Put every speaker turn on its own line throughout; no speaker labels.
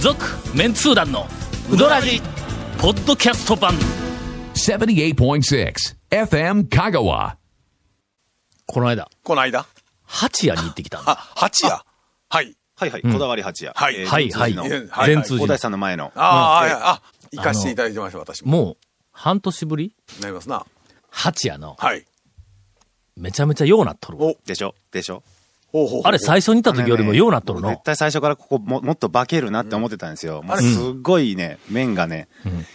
続メンツー団のウドラジポッドキャスト版
78.6 FM Kagawa.
この間
この間。
八谷に行ってきたん
あ
だ、
八夜。はい。
はいはい、こだわり八夜。
はい
えー
はいはい
善通寺の
はい
全通
大
寺
田井さんの前の。
ああ、
うん
はいあ、行かしていただいてました、私も。
もう半年ぶり
なりますな。
八谷の
はい。
めちゃめちゃようなっとるわ
お
でしょでしょ
ほうほうほう
あれ最初に行った時よりもようなっとるの
絶対最初からここももっと化けるなって思ってたんですよ。もう
あれ
すごいね、麺がね、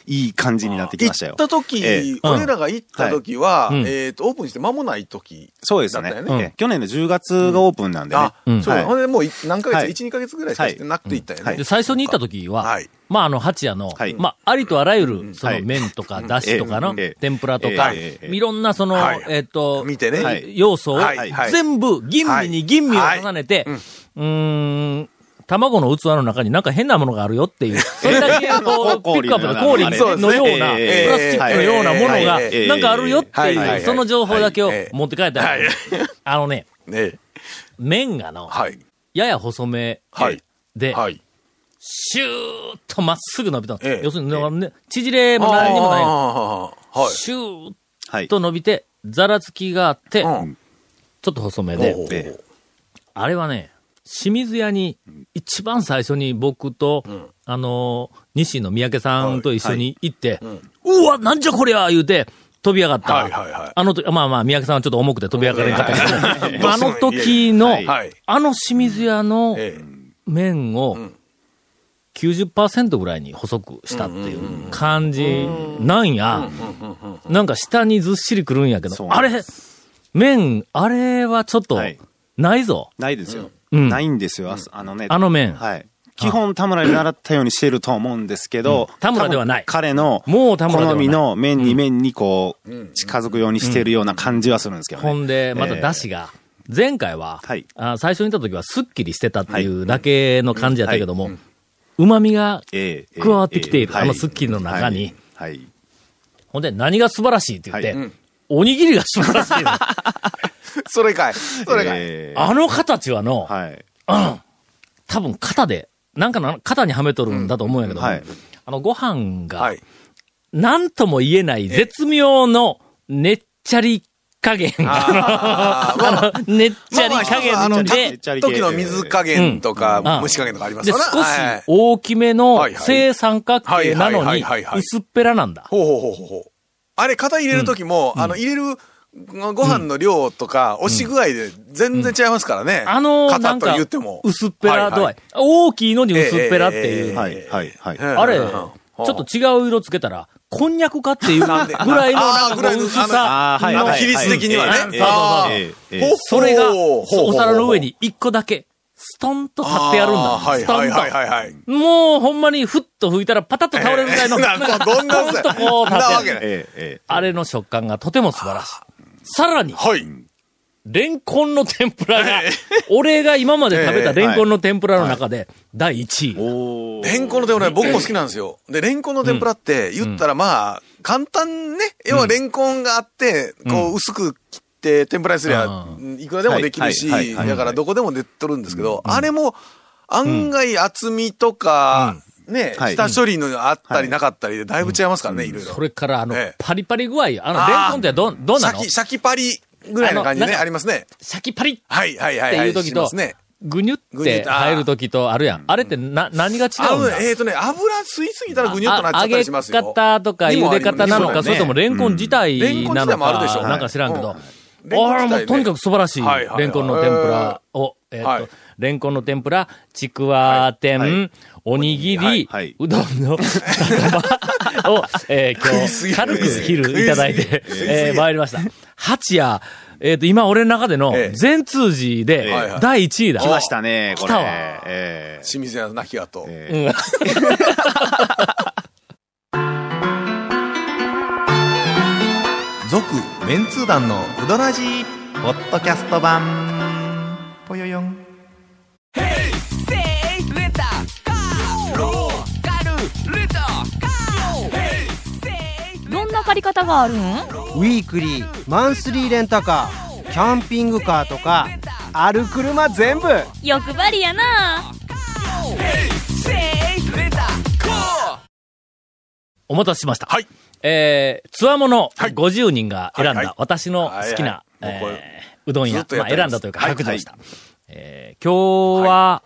いい感じになってき
行
ましたよ
っ。た時、
ええ
俺らが行った時は、
うん
えっと、オープンして間もない時。
そうですね
だったよね
ええ去年の10月がオープンなんでね
あ。、そうだ。
は
ほんで、もうい何ヶ
は
月、
い
一、二ヶ月ぐらいしかしてなくて行ったよ
は
ね
い
で。最初に行った時は、
はい
まああの八谷の、
はい
まあありとあらゆるそ
は
の
い
麺とかだしとかの
うんええ
天ぷらとか、
ええ
いろんなその、
はい
えっと、
見てね
はい
要素を
はいはい
全部吟味に吟味を重ねて、
はいうん
うーん、卵の器の中になんか変なものがあるよっていう、それだけ こう、ピ
氷
ックアップの氷
氷のね
のような、
そう
プ
で
ね
す
ラスチックのようなものが
ええええ
ええ
なんかあるよって
はいはい
い
は
う、
い
その情報だけを
はいええ
持って帰ったら
はい
あのね、
ね
麺がの、
はい。
やや細め
はい
で、
はい。
シューッとまっすぐ伸びたの。
ええ
要するに、ね縮れも何にもないの。
い。はい。
シューッ
はい。
と伸びて、ざらつきがあって、
うん
ちょっと細め
ほう
で
ほうほ、う
で
あれはね、清水屋に、一番最初に僕と、あのー、西野三宅さんと一緒に行って、うわ、なんじゃこりゃ言うて、飛び上がった。
はいはいはい
あの時、まあまあ、三宅さんはちょっと重くて飛び上がれなかった けど、
はい
あの時の、
はい
はい
あの清水屋の、
ええ
麺を
ん
90%ぐらいに細くしたっていう感じなんや、なんか下にずっしりくるんやけ
そう
ど、
な
あ
ん
れ、麺、あれはちょっと
はい、
ないぞ。
ないですよ。
うん
ないんですよ、あすあのね。
あの麺
はい。基本、田村に習ったようにしてると思うんですけど、
田村ではない
彼の、
もう田村では
好
ない
みの麺に麺にこう、近づくようにしてるような感じはするんですけどね。
ほんで、また出汁が、前回は
はい、
あ最初に行った時はスッキリしてたっていうだけの感じやったけども、旨味が、
ええ
加わってきている
ええ
あのスッキリの中に。
はいはい。
ほんで何が素晴らしいって言っ
はい
て、おにぎりが素晴らしいの。
それかい。それかい。
ええ
あの形はの、
はい。
多分肩で、なんかの肩にはめとるんだと思うんやけども、
はい
あのご飯が、
はい。
なんとも言えない絶妙のねっちゃり加減。
あーまあ
あの、ねっちゃり加
あの、
減で、
た時の水加減と
うんあ
か
あ、
蒸し加減とかあります
で、
よ
少
ね
し
はい
大きめの
はいはい
正三角形なの
はい
に
はいはいはいは、い
薄っぺらなんだ。
ほうほうほうほうほう。あれ、型入れる時も、あの、入れるご飯の量とか、押し具合で全然違いますからね。
あの、な
型
ん
と
か
言っても、。
薄っぺら度合い。大きいのに薄っぺらっていう。
ええええええ
はい。はい。はい。
うん
あれ、ち
うん
ょっと違う色つけたら、こんにゃくかっていうぐらいの
で
な
あ
ん
ー
か
ぐ
こ
ら
う
いの
薄さ
あーはい
の
あ
はい
の比率的にはね
ええあー
ええええ
ほう
それが、
ほうほうほう
お皿の上に一個だけ、ストンと立ってやるん
あ
だ。
ーは
ス
い
ト
はいはい
ン
はいはい。
と。もうほんまにふっと吹いたらパタッと倒れるぐらいの、
なんかどんな
ストンとこう立
なわ
っ
け
てやる。
ない。
ええええ
あれの食感がとても素晴らしい。さらに、
はい。
レンコンの天ぷらが、俺が今まで食べたレンコンの天ぷらの中で、第1位。
おー
レンコンの天ぷら、僕も好きなんですよ。で、レンコンの天ぷらって言ったらまあ、簡単ね。要はレンコンがあって、こう薄く切って天ぷらにすりゃ
う、
いくらでもできるし、
はいはいはいはい
だからどこでも出っとるんですけど、あれも案外厚みとか、ね、
はい
下処理のあったりなかったりでだいぶ違いますからね、いろいろ。
それから、あの
ええ、
パリパリ具合、あの、
あー
レンコンってどん、どう
シ
な
ャ
の
キ、
シ
シャキパリぐらいの感じ
あの
ね、
なんか
ありますね。
ャキパリっ
はいはいはい
て
はいい。
う時
し
と
ますね、
ぐにゅっ
ぐにゅっててあー
入る時とあるやん。あれってな、何が違
あ
うん
の
だ
ねえっ、とね、油吸いすぎたらぐにゅっとなっちゃ
あ揚
った
げ
りしますよ。
方とか茹で方なのか、それともレンコン自体な
レンコン自体
の
もあるでし
か、
ょ
なんか知らんけど。
レンコン
ああ、
自体ね
もうとにかく素晴らしい。
はいはい
レンコンの天ぷらを、えっ、
は
と
い、
レンコンの天ぷら、ちくわ天、
はいは
おにぎり、
はいはいう
どんの酒場を、えー
食いす
今日、
ぎる
軽く昼いただいて、
ぎる
えー参りました。八夜、えっ、と、今俺の中での
ええ
全通寺
え
で
はいはい
第1位だ。
来ましたね、
来
これ。
たわ
ええ
清水屋の泣き跡。と
ええ
うん。
続メンツー団のウドラジーポッドキャスト版ぽよよん
どんな借り方があるん
ウィークリーマンスリーレンタカーキャンピングカーとかある車全部
欲張りやな
レ
お待たせしました。
はい。
えー、つわもの
はい
50人が選ん
はいは
だ
い、
私の好きな、
はいはいもうこれ
えーうどん
ず
屋
っ、とや
ま
っ
あ、
ており
選
ます
んだというか、
はい
白状した。えー、今日は、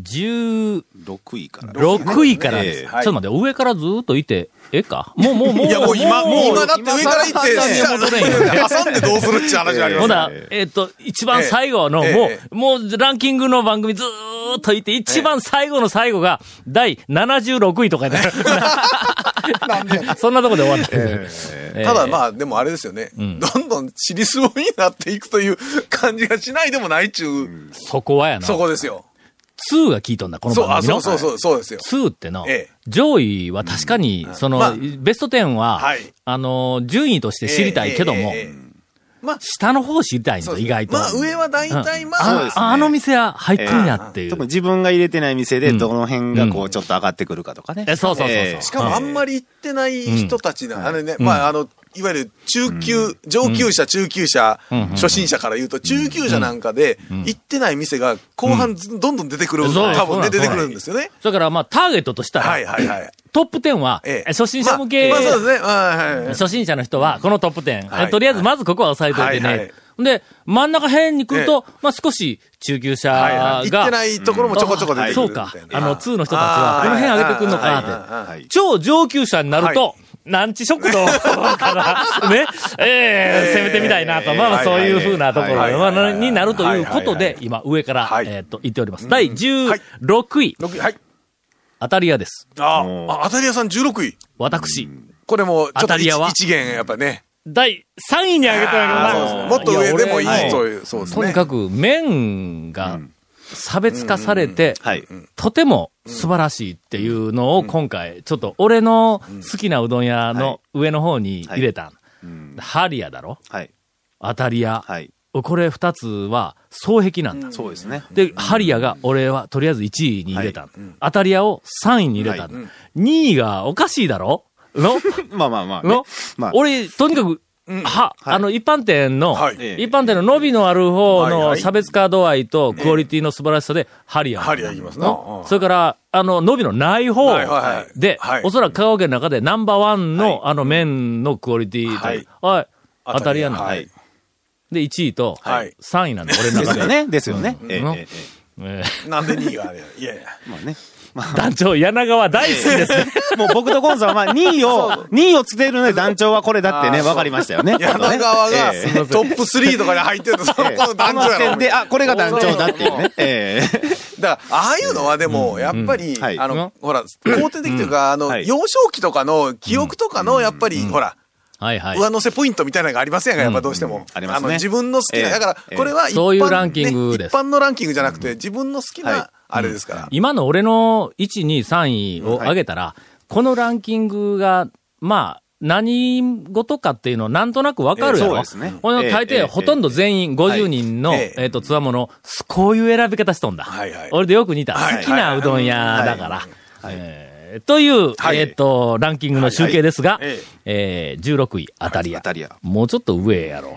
16
6位から。
位からです。
ええ
ちょっと待って、上からずーっといて、ええかもう、もう、もう、
いや、もう今、もう今だって上から行って、
今更簡単には戻れんよ
下挟んでどうするっちゅう話がありま
ほ
す
ん
ね。
だ
え、
えっ、と、一番最後の、
ええ
もう、
え
もうランキングの番組ずーっといて、一番最後の最後が、第76位とかで。 そんなとこで終わった。
ただ
あ、
まあ、でもあれですよね。どんどん尻すぼみになっていくという感じがしないでもないっちゅう、
そこはやな。
そこですよ。
2が聞いとんだ、この
そう、
番
あ、
組の。
そうそうそう、そうですよ。
2っての、
ええ
上位は確かに、その、
まあ
ベスト10は、
はい
あの、順位として知りたいけども、
ええええええまあ、
下の方知りたいん
そう
だ、
です
意外と。
まあ、上は大体まあ、
そうですね
ああの店は入ってんやっていう。
特に自分が入れてない店で、どの辺がこ
う
う、ちょっと上がってくるかとかね。
えそうそうそうそう
ええ
しかもあんまり行ってない人たちな、あれね、まあ、あの、いわゆる中級、上級者、中級者、初心者から言うと、中級者なんかで、行ってない店が後半ずどんどん出てくる、
そう
多分
そ
ね
う
出てくるんですよね。
それから、まあ、ターゲットとしたら、
はいはいはい。
トップ10は、
ええ
初心者向け、
まあ、まあそうですね。はいはい。
初心者の人は、このトップ10、
はい
とりあえずまずここは押さえといてね。
はいはい
で、真ん中辺に来ると、まあ少し中級者が、
はいはい行ってないところもちょこちょこ出てくる
そう
みたいな
か。あの、2の人たちは、この辺上げてくんのかなって。
な
はい
超上級者になると、
は
なんち食堂から、 ね、ええ攻めてみたいなと、まあまあそういうふうなところ
はいはいはい
まあになるということ
はいはい
で、今上から、
はい
えっと、言っております。第16位、
六位、はい。
当たり屋です。
あ
うん
あ、アタリアさん16位。
私、
これも、ちょ
ア
っと
タ
一
リアは
一元、やっぱね。
第3位に上げた
あーそうですねもっと上でもいい
と
という、そうです
とに
ね。
かく麺が差別化されて、
はい。
とても素晴らしいっていうのを今回、ちょっと俺の好きなうどん屋の上の方に入れた。ハリアだろ
はい。
当たり屋。
はい。
これ二つは双璧なんだ。
そうですね。
で、ハリアが俺はとりあえず1位に入れた。当たり屋を3位に入れた。
はい
2位がおかしいだろの
まあまあまあね。
の、
まあ、
俺、とにかく、
うん
は、
はい
あの、一般店の、
はい
一般店の伸びのある方
はい
の
はい
差別化度合いとクオリティの素晴らしさで、ハリアン。
ハリア行きますな。
の
うん
それから、あの、伸びのない方
はいはいはい
で
はい、
おそらく香川県の中でナンバーワンの、あの、麺のクオリティ
はい
と、はい、当たり屋な
は
の。
い。
で、1位と
はい
3位なんだ、俺の
で
中
す
で
よ。ね。ですよね。ええ
うん
えええ
え
なんで2位があれや。いやいや。
えまあね。
ー団長、柳川大好きですね。
もう僕とゴンさんは2位を、2位をつけてるので団長はこれだってね、わかりましたよね。
柳川が
ええ
トップ3とかに入ってるの、その
ええ
この団長
あの時
やろ
点。で、あ、これが団長だっていうね。え
だから、ああいうのはでも、やっぱり、
うんはい
あの、ほら、肯定的というか、あの、
はい
幼少期とかの記憶とかの、やっぱり、ほら、
はいはい。
上乗せポイントみたいなのがありませんが、やっぱどうしても。
ありますね
の、自分の好きな、
ええ
だか
え
ら、
え
これは一般、
そういうランキング
ね
です
一般のランキングじゃなくて、自分の好き
はい
な、あれですから。
今の俺の1、2、3位を上げたら、このランキングが、まあ、何事かっていうのをなんとなくわかるやろ。
ええそうですね
この大
えええ
抵、
え
ほとんど全員50人の、
はい
えっ、と、つわもの、こういう選び方しとんだ。
はいはい
俺でよく似た、
はい
好きなうどん屋だから。えーという、
はい
えっ、と、ランキングの集計ですが、
はいはい
えー16位、当たり
え。
屋
当。たりや。
もうちょっと上やろ。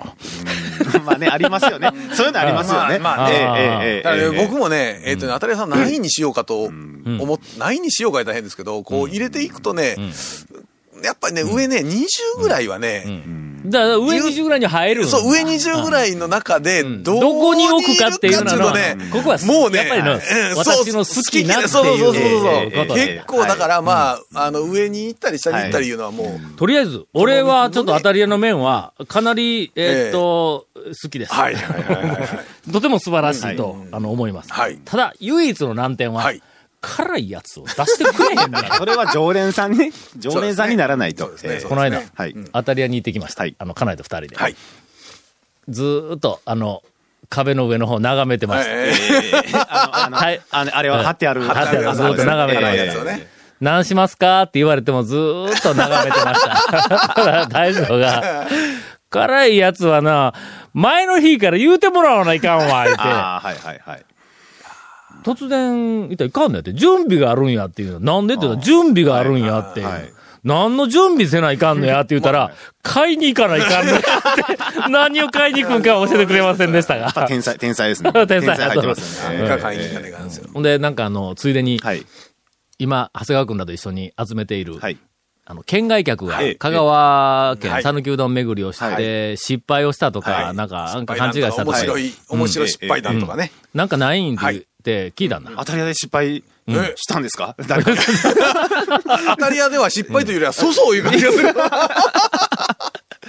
まあね、ありますよね。そういうのありますよね。
まあまあ
ええ
あー
ええええ
だから
ええ
僕もね、えっ、とね、当たり屋さん何位にしようかと思っ、何位にしようかは大変ですけど、こう入れていくとね、やっぱりね、上ね、20ぐらいはね、
だから上20ぐらいに入るんだ
そう、上20ぐらいの中で、
ど
ど
こ
こ
に
に
置
置
く
く
か
か
っ
ってて
い
いうう
の
の
の
は、
ここは
もうね、
やっぱりの
うん
私の好きなっていう
そうそうそうそうそう
ええことで
結構だから、まあ、あの、上に行ったり下に行ったりいうのはもう、
とりあえず、俺はちょっと当たり屋の麺は、かなり、えーっと、好きです。
はいはいはいはいはい。
とても素晴らしいと、あの、思います。
はい
ただ、唯一の難点は、
はい
辛いやつを出してくれへんから
それは常連さんね、常連さんにならないと。
そうですね
ええ
そう
この間、
はい。
当たり屋に行ってきました。
はい
あの、家内と二人で。
はい。
ずーっと、あの、壁の上の方を眺めてました。
ええ
あの
はい
あのあれは貼ってある。
貼ってある
あ
ずっと眺めて
え
ま
え
した
やつをね。
何しますかって言われてもずーっと眺めてました。 大将が、辛いやつはな、前の日から言うてもらわないかんわ、言うて。
ああ、はいはいはい。
突然、いったらいかんのやって、準備があるんやっていうの。なんでって言ったら、準備があるんやっていう。
はいはい
何の準備せないかんのやって言ったら、買いに行かないかんのやって、 何を買いに行くんかは教えてくれませんでしたが。
天才、天才ですね
。天才
入ってますね。
ええ
え
か
え
会議に行かねえかんですよ。
ほんで、なんかあの、ついでに、
はい。
今、長谷川くんらと一緒に集めている、
はい。
あの、県外客が
ええ、
香川県
はい
讃岐うどん巡りをして、失敗をしたとか、なんか、なんか勘違いしたと
面
か、
白い、面白い失敗談とかね。
なんかないんで
はい
って聞いたんだ。
当たり屋で失敗
え
したんですか 誰か。
当たり屋では失敗というよりは、粗相いう感じがする。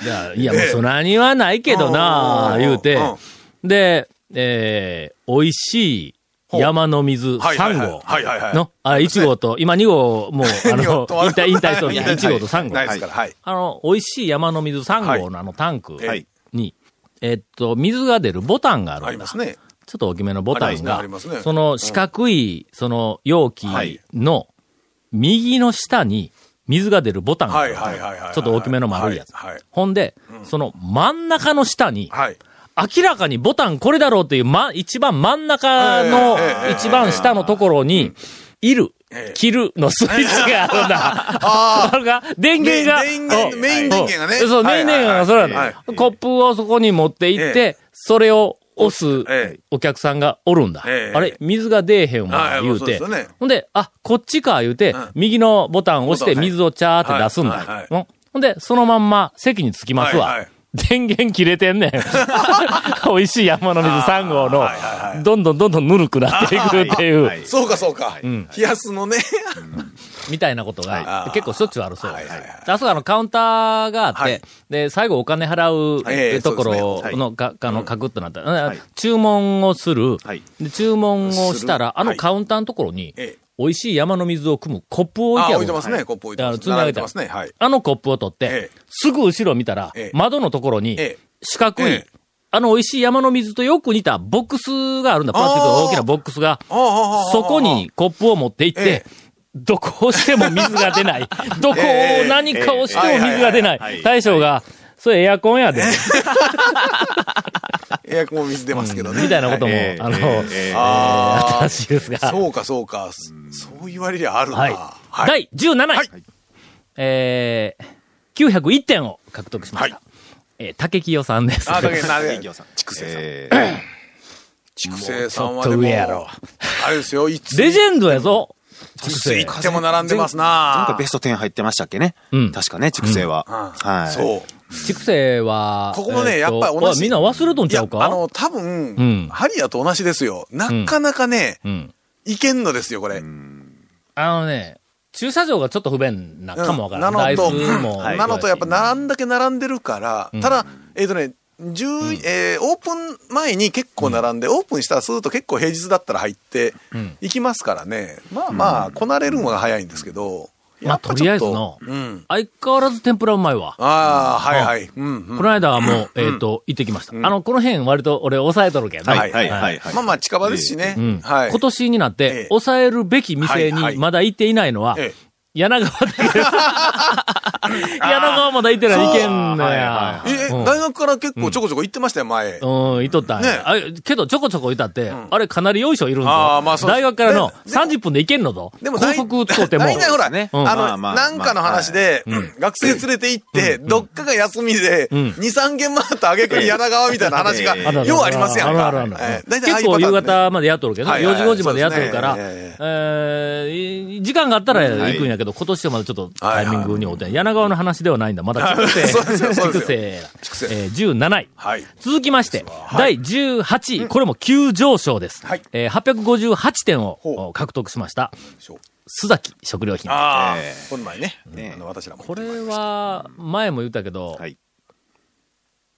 いや、いやもうそらにはないけどな
う
あ、
ん
言うて
うん。
で、えー、美味しい山の水
はいはい
3
はい
号
はいはいはい
の、あ、1号と、今2号もう、あ
二
の
号、と
引退、引退し とるんや
はい
1号と3号。
ないですから、はい。
あの、美味しい山の水3号のあのタンク
はい
に、えっと、水が出るボタンがあ
あ
る
り
んだ
ま。すね。
ちょっと大きめのボタ
あ
ン
りますねあ
が
りますね、
その四角い、その容器の右の下に水が出るボタンがあるんだ
はいはいはいはいはい
ちょっと大きめの丸いやつ
はいはい。
ほんで、その真ん中の下に、
はい。
明らかにボタンこれだろうっていう、ま、一番真ん中の
ええええ、
一番下のところに、いる
ええ、
切るのスイッチがあるん だ。
あ
あれが、 電源が。
メイン電源
お
メイン電源がね
おそう、メ
は
イ
い
ン
はい
電源
は
が
い
そうな
はい
の。コップをそこに持って行っ
え
て、それを押す
ええ
お客さんがおるんだ。あ
ええ
れ、水が出えへんわ
は、い
言う
そうで
て
すよね。
ほんで、あ、こっちか、言うて
うん、
右のボタンを押して
ボタンはい
水をチャーって出すん
はいはい
だ。うんほんで、そのまんま席に着きます
はい
わ
はい。
電源切れてん ねん。美味しい山の水3号
はいはいは
の、どんどんどんどんぬるくなっていくってい
は
う
い、
そうかそうか。冷やすのね。
みたいなことが
あー
結構しょっちゅうあるそうです。
はいはいはい
あそこあのカウンターがあって、
はい
で、最後お金払う
ええ
とこ
そう
ろ
ですね
のか、あの、カクッとなった。注文をする、
はい
で。注文をしたら、
する
あの
はい
カウンターのところに、
ええ
美味しい山の水を汲むコップを置い
あ
てある。
置いてますね。コップ置いてます。
だから積んであげ
並べ
た
てますね。はい。
あのコップを取って、
ええ
すぐ後ろ見たら、
ええ
窓のところに
ええ、
四角い、
ええ
あの美味しい山の水とよく似たボックスがあるんだ。プラスチックの大きなボックスが。
ああああああ
そこにコップを持って行って
え、
どこをしても水が出 ない。どこを何かをしても水が出な。
ええええはいはいはいはいい
大将が、それエアコンやで、
エアコンも水出ますけどね。
みたいなことも
ええ、
あの、
ええええ
あった
あ
らしいですが。
あ。そうかそうか。そう言われりゃあるな。
はい。
はい。
第17位、
はい
えー、901点を獲得しました。
は
えー竹清さんです。
あ、だけどな
営業さん畜生さん。
えー
畜生
ち
さん
ょっ
はで
と
も、
上やろ。
あれですよ、いつ、
レジェンドやぞ。
畜生行っても並んでますな
なんかベスト10入ってましたっけね
うん
確かね、畜生は。
は。
はいい。
そう。
畜生は、
ここもね
えーと
やっぱり同じ
あみんな忘れとん
い
ちゃ
や
う、か
あの、多分、
うん
ハリアと同じですよ。なかなかね、
うん。
いけんのですよ、これ。
あのね、駐車場がちょっと不便なかもわから
うんな
ない。
の
台
と、
数 も。
うんなのとやっぱ、なあんだけ並んでるから、ただ、えっ、とね、十えーオープン前に結構並んで、オープンしたらすると結構平日だったら入って
ん
いきますからね、まあまあ、こなれるのが早いんですけど、
まあ、
やっぱ
と
ち
りあ
ょ
え
っ
ず
と
の、
うん、
相変わらず天ぷらうまいわ。
ああ、はいはい、うん、うん
この間はもう、えっ、と、行ってきました。あの、この辺割と俺抑えとるけどね。
はいはいはいはい
まあまあ、近場ですしね、
うん
はい、
今年になっ
え
て
え、
抑えるべき店
はいは
に
い
まだ行っていないのは、
え
柳川だけです。柳川まだ行ってない行けんのや。
ええ
うん
大学から結構ちょこちょこ行ってましたよ、前。
うん、いとったんや
ね
あれけど、ちょこちょこいたって、あれかなりよいしょいるんぞ。
あーまあそうです
大学からの
ねでも
30分で行けんのぞ。
でも
高
大
速使うても。
大体ほら、
ね
あの、
まあまあ
なんかの話で、学生連れて行って、どっかが休みで、
ん
2、3軒回った挙句に柳川みたいな話が、
ええ
あるある
ようありますやん
あるあ
か。
るある
ええ大体ああい
結構
うパター
夕
ンね
方までやっとるけど、
はいはい
4時5時までやっとるから、
そうですね
えーい時間があったら行くんやけど、今年はまだちょっとタイミングに合うてない、柳川の話ではないんだ。まだ
そうですよそう
畜生。
ですよ
畜
畜
生
生
だ。えー、17位。
はい。
続きまして、第18位、これも急上昇です。
はい
えー、858点を
ほ
お獲得しました、
そう
須崎食料品。
ああ、
ええ
この前ね、
ね
あの私らも。
これは、前も言ったけど、
はいう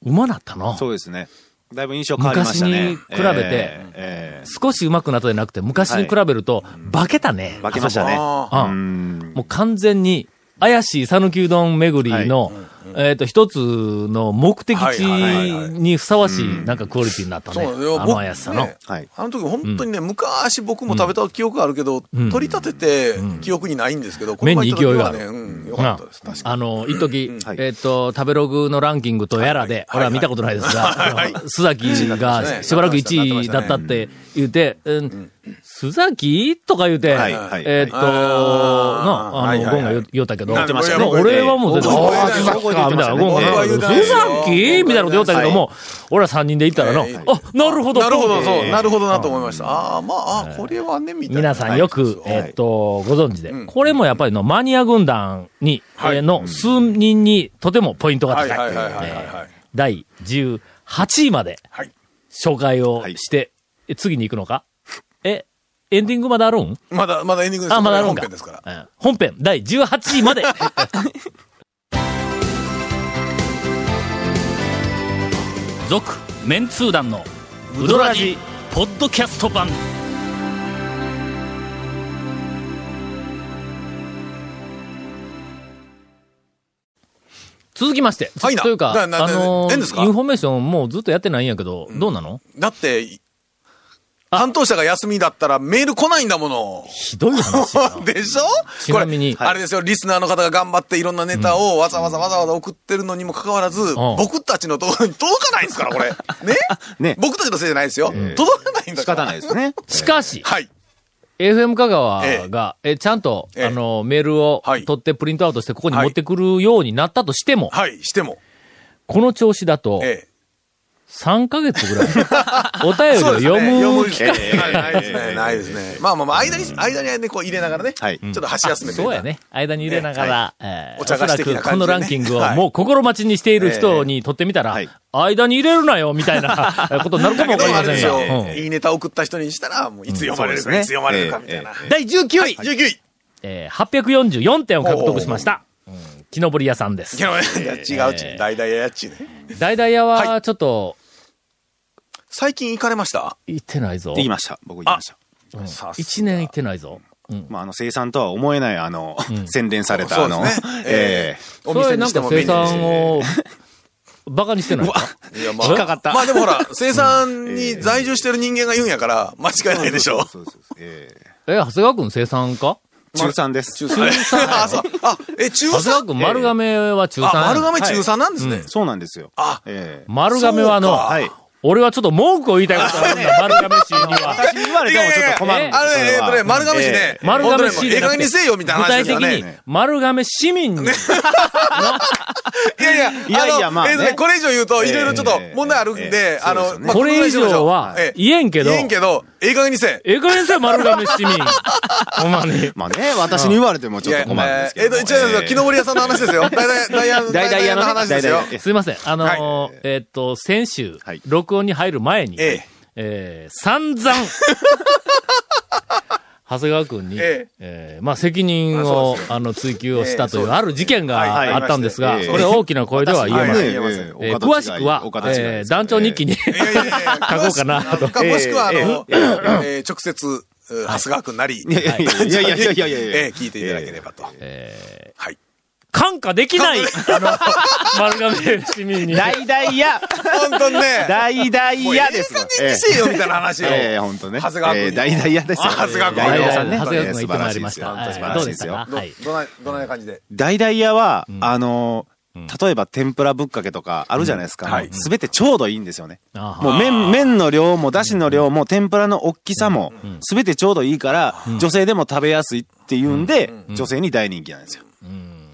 まなったな。
そうですね。だいぶ印象変わりましたね。
昔に比べて
えーえ
少しうまくなったじゃなくて、昔に比べると、化けたね。
ー化けましたね。
あ
あ
う
うん
ん
もう完全に、怪しい讃岐うどん巡りの、えっと、一つの目的地
はいはいはいはい
にふさわしい、なんかクオリティになった
そう
ね。
なんですよ。
あの
僕
怪しさの。
ね
はい
あの時本当にね、昔僕も食べた記憶あるけど、
うん
取り立てて記憶にないんですけど、この前行った時はね、うん、よかったです。確か
あの、一時、
はい
えっと、食べログのランキングとやらで、
はい
俺
は
はい見たことないです
はい
が、
は
あ
い
の須崎が
ね
しばらく1位だったって言うて、うん須崎とか言うて、
はいはい
えっと、の、
あー
あ
はい
の、
はい
ゴンが
はい
言言ったけど、
言ってましたね
もう俺はもう全然、
僕
あ
覚え
ー須崎かみ
てない
たいな。
僕
は言うてない
つさっきみたいなこと言ったけども、俺ら三人で行ったらの、
はい
あ、なるほど。
なるほど、
と
そう。なるほどなと思いました。ああ、まあ、あこれはね、みたいな。
皆さんよく、
はい
えっと、ご存知で、
うん
これもやっぱりの、マニア軍団に、
はい
えーの数人にとてもポイントが
は
高
い
い。
はいはいはいはいはい。
第18位まで
はい。
紹介をして、え次に行くのかえ、エンディングまであるん
まだ、まだエンディングです。
あ、まだあるん
本
か。
編ですから。
うん本編、第18位まで。 続、メンツー団の、ウドラジ、ポッドキャスト版。続きまして、
はいな
というか、あ
ななな
の
えんですか
ー、インフォメーションもうずっとやってないんやけど、どうなの
だって、
あ
担当者が休みだったらメール来ないんだもの。
ひどい話やな
でしょ
ちなみに
これ、あれですよ、リスナーの方が頑張っていろんなネタをわざわざわざわざ送ってるのにもかかわらず、僕たちのところに届かないんですから、これ。ね
ね
僕たちのせいじゃないですよ。届かないんだ
仕
から。
方ないで すね。
しかし、
はい。
FM 香川が、えちゃんと、
ええ
あの、メールを
はい
取ってプリントアウトしてここに持ってくるようになったとしても、
はい、しても。
この調子だと、
え
3ヶ月 ぐらい、お
え。
便
そうです
りを
ね。
読む機
機
会、
会ないですね。ないですね。まあまあまあ、間に、間にね、こう入れながらね、
はい
ちょっと箸休めて。
そうや。ね。間に入れながら、えー
お茶菓子的な
おそらくこのランキングを
感じでねはい
もう心待ちにしている人にとってみたら、
はい
間に入れるなよ、みたい なことになるかも
だ
わか
けど、
り
あ
ま
れ
せん
ですよ、
が。うん
いいネタ送った人にしたら、もういつ読まれるか、
うんそ
い
うですね
つ読まれるか、みたいな。
第19位、
19位
えー844点を獲得しました。うん木登り屋さんです
い。や、いや違うち、大々ややっちね。
大々屋
は
は、ちょっと、
最近行かれました
行ってないぞ。
言いました。僕言いました。
さすが
一年行ってないぞ。うん。
まあ、あの、生産とは思えない、あの、 洗練された、
そ
あ
うです
の
ね、え
え
お
それ
店
な
に
ん
して
か
も
生
便利ですし
産を、バカにしてないか
いや、ま
え、引っかかった。
まあでもほら、生産に在住してる人間が言うんやから、間違いないでしょ。
そうそうそうええ
え、長谷川くん生産か
中3です。
あ、そう。あ、え、
長
中
谷川
3
くん丸亀は中
あ、
3。
丸亀中3なんですね。
そうなんですよ。
あ、
ええ
丸亀はあの、
そうか
はい。
俺はちょっと文句を言いたいことがあるんだ、丸亀市には。
私に言われてもちょっと困るんで
あ
す
の
よ
ね、えっ
そ
と
れ
ね、
は
丸亀市ね
え、え
丸亀市
本当ね
で
ええ加減にせえよみたいな
具
話
体
ですか
的
ら
に
ね。、
丸亀市 民に、
いやいや、
いやいや
あの
まあね
えっとね、これ以上言うと、いろいろちょっと問題あるん
え
で
え、
あ
そう
の、
ですね
まあ
これ以上は
ええ
言えんけど、
言えんけど、ええ加減にせえ。
ええかげんにせよ、丸亀市 民。ほんまに。
まあね、私に言われてもちょっと困るんですけど。
えっと、違うんですよ。
ええ
木登り屋さんの話です よ。大々大々
大々屋のね
の話ですよ
大。々 え
すいません。あのー
はい
えーっと、先週、
はい
録音に入る前に、
ええ
えー散々、 長谷川君に、
え
えーまあ、責任を
あそうです、
あの、追及をしたという、
ええ
ある事件
はいはい
があったんですが、
ありました
これは大きな声では言えません。
ね
言えません
えー詳しくは、えー団長日記に、
いやいやいやいや
書こうかなと
かもしくは、あ
ええ
の、
ええ
えー直接、う長谷川くんなり、
いやいやいやいやいやいやいや
ええ聞いていただければと。はい。
感化できない、あの、 丸亀市民に。
大々や
本当にね。
大々
もう
やです
ええ加減にせえよ、みたいな話を。
ええ、ほんとね。
長谷川君
ええ大々やですよ。
あ長谷川君
大々さんね。
長谷川君
ええ
行ってまいりました
素晴らしいですよ
はい
本当に素晴らしいで
どうでしたかは
すよ。
い
ど、どない、どない感じで。
大々屋は、あの、例えば天ぷらぶっかけとかあるじゃないです
は
か
い。
すべてちょうどいいんですよね。
あー
もう麺、麺の量も、だしの量も、天ぷらの大きさも、すべてちょうどいいから、女性でも食べやすいっていうんで、女性に大人気なんですよ。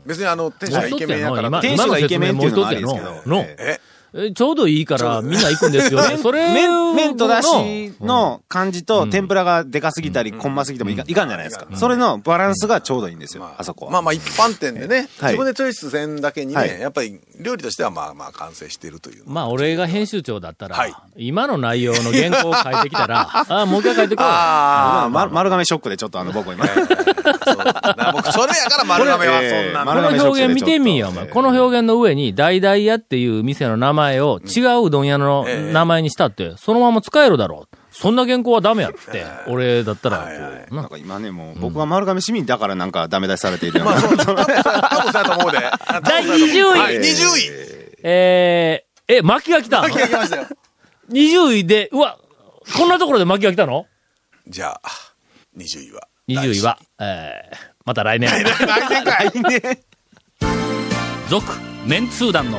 別にあの、店主
もう
がイ
一
ケ
つ
メンや
や
か
の、
ら。
今、
店
今
主
の
がイ
説
ケ
明
メンっ
も
て
う
いう
一
のも
つ
あ
や
りですけど
の、の
え、え
えちょうどいいから、みんな行くんですよ ね。それ
麺とだし
の
の感じと天ぷらがでかすぎたり、こんますぎてもいかんいかんじゃないですか。それのバランスがちょうどいいんですよ、あそこは。
まあまあ一般店でね、
はい
自分でチョイスせんだけにね、
はい
やっぱり料理としてはまあまあ完成しているという。
まあ、俺が編集長だったら、
はい
今の内容の原稿を書いてきたら、 ああ、もう一回書いてこい。
ま
あ
あま丸亀ショックでちょっとあの、 僕今。
あ、そうな僕それやから丸 亀はそんな
こ
こ
の。
の
れ丸亀ショック
表
で
現見てみよ、お
ちょっと
前。この表現の上に、大々屋っていう店の名前を違ううどん屋の
ええ
名前にしたって、そのまま使えるだろう。そんな原稿はダメやって、俺だったら、こ
はいうはい
な
なんか今ね、もう僕は丸亀市民だからなんかダメ出しされているような。
多分そうやと思うで。
第20位、
はい、20位
えー、え、巻きが来たの
秋が来ましたよ。
?20 位で、うわ、こんなところで巻きが来たの
じゃあ、20位は。
?20 位は、えー、また来年。
来年かい。
続メンツー団の